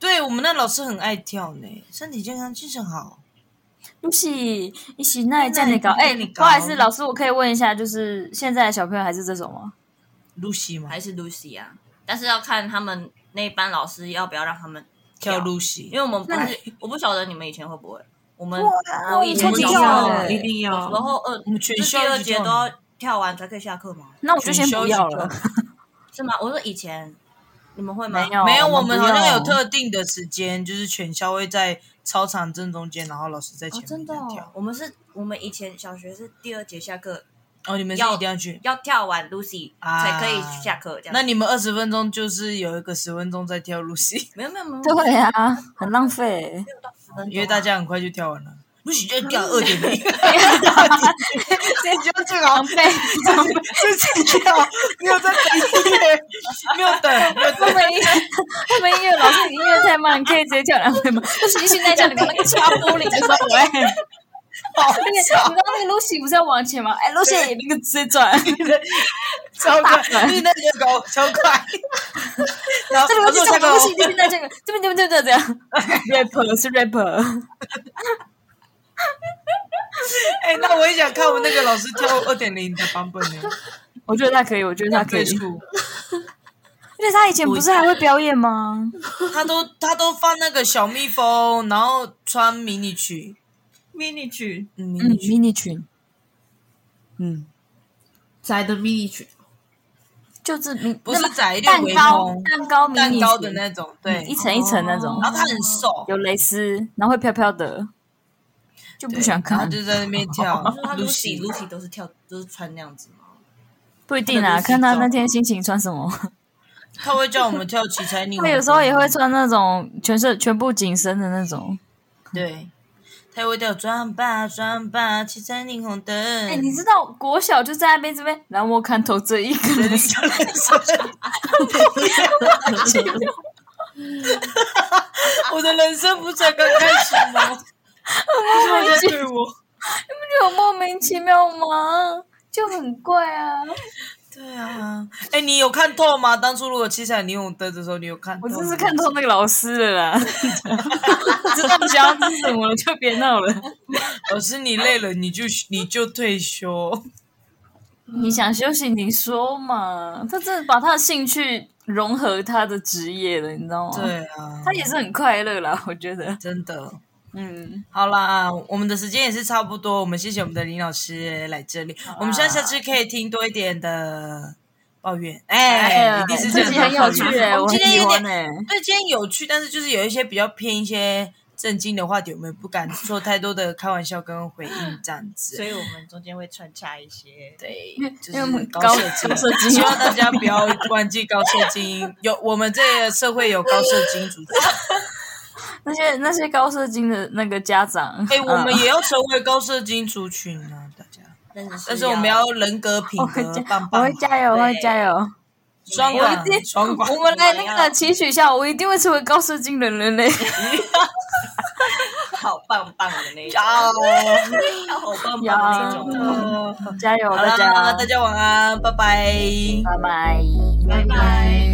对我们那老师很爱跳呢，身体健康，精神好。
不是一起那叫你搞，
那
哎
你搞，
不好意思，老师，我可以问一下，就是现在的小朋友还是这种吗？
露西嘛，
还是 Lucy 啊，但是要看他们那班老师要不要让他们
跳
露，
露西，
因为我们不是，我不晓得你们以前会不会，我们
我以前
我们有
就跳
时候
了
一定要。
然后二
我们全
就第
校
二
一起
节
跳
都要跳完才可以下课吗？
那我就先不要了，
是吗？我说以前你们会吗？
没有
没有，
我
我
们
们
不
好
用
像有特定的时间，就是全校会在操场正中间，然后老师在前
哦，
面、
真的、哦
跳。，
我们是，我们以前小学是第二节下课
哦，你们是
要
一定要去。
要跳完 Lucy
啊
才可以下课，这样。
那你们二十分钟就是有一个十分钟在跳 露西，
没有没有没有，哦
对呀，很浪费，
因为大家很快就跳完了。露西就 跳二点零，
这就这浪费，
自己跳，没有在等音乐，没有等，没有
后面音乐，后面音乐老师音乐太慢，你可以直接跳两 倍吗？就是现在叫你们那个敲玻璃的时候，哎，而且你知道那个 Lucy 不是要往前吗？哎，Lucy 那个直接 转，
超快，
快
就是那个狗超快，然后
这
我
个
说
Lucy
那
这
个
个 Lucy 就现在这个这边这边这边这样，rapper 是 rapper，
哎，那我也想看我们那个老师跳二点零的版本呢，
我觉得他可以，我觉得他可以
对，处，
而且他以前不是还会表演吗？
他都他都放那个小蜜蜂，然后穿迷你裙，
mini 曲，
嗯迷
嗯
你裙，
，mini 裙，嗯，
宅的 mini 裙，
就是迷
不是
那么
窄一点
蛋
围
糕
风，
蛋糕迷
蛋
你
糕的
裙
那种，
嗯
对
一，层一层那种
哦，
然后他很瘦，
有蕾丝，然后会飘飘的，就不
对
想
然
看
后。就在那边跳
你说他 Lucy
Lucy
Lucy 都是跳都是穿那样子吗？
不一定啊，
他
看
的路
他
线
那天心情穿什么。
他会叫我们跳七彩女，
他有时候也会穿那种全是全部紧身的那种，
对。太会跳，转吧转吧，七彩霓虹灯。
哎、你知道国小就在那边这边让我看透这一个人，
啊我的人生不是才刚开始 吗？你怎么在对我？
就很莫名其妙吗？就很怪啊！
对啊，哎、你有看透吗？当初如果七彩霓虹灯的时候，你有看透
我
吗？
真是看透那个老师了啦， 知道你想要吃什么了，就别闹了。
老师，你累了，你就你就退休。
你想休息，你说嘛。他真的把他的兴趣融合他的职业了，你知道吗？，
对啊，
他也是很快乐啦， 我觉得。
真的。
嗯，
好啦，我们的时间也是差不多，我们谢谢我们的林老师来这里，我们希望下次可以听多一点的抱怨。哎、一定是这
这
样
集
的
很有趣
抱
哎、
怨
我很
我们今天
喜
有
欢
点
哎、
对，今天有趣，但是就是有一些比较偏一些震惊的话题，我们也不敢做太多的开玩笑跟回应这样
所
子。
以我们中间会穿插一些。
对，就
因为我
是
们
高射
高射精
精，希 望大家不要忘记高射精。有我们这个社会有高射精族群，
那些那些高射精的那个家长，
哎、我们
啊
也要成为高射精族群啊，大家。
但是
但是我们要人格 品
我会
格
加，
棒
我
棒
会，加油，我会加 油。
双
我
管
一定
双管。
我们来那
我要
个期许一下，我一定会成为高射精的人 类。
好棒棒的那一种，
加油！
要好棒棒的那种
真
哦。
加油，
嗯好
大
啦，
家，
大家晚安，拜拜。
拜拜。
拜拜。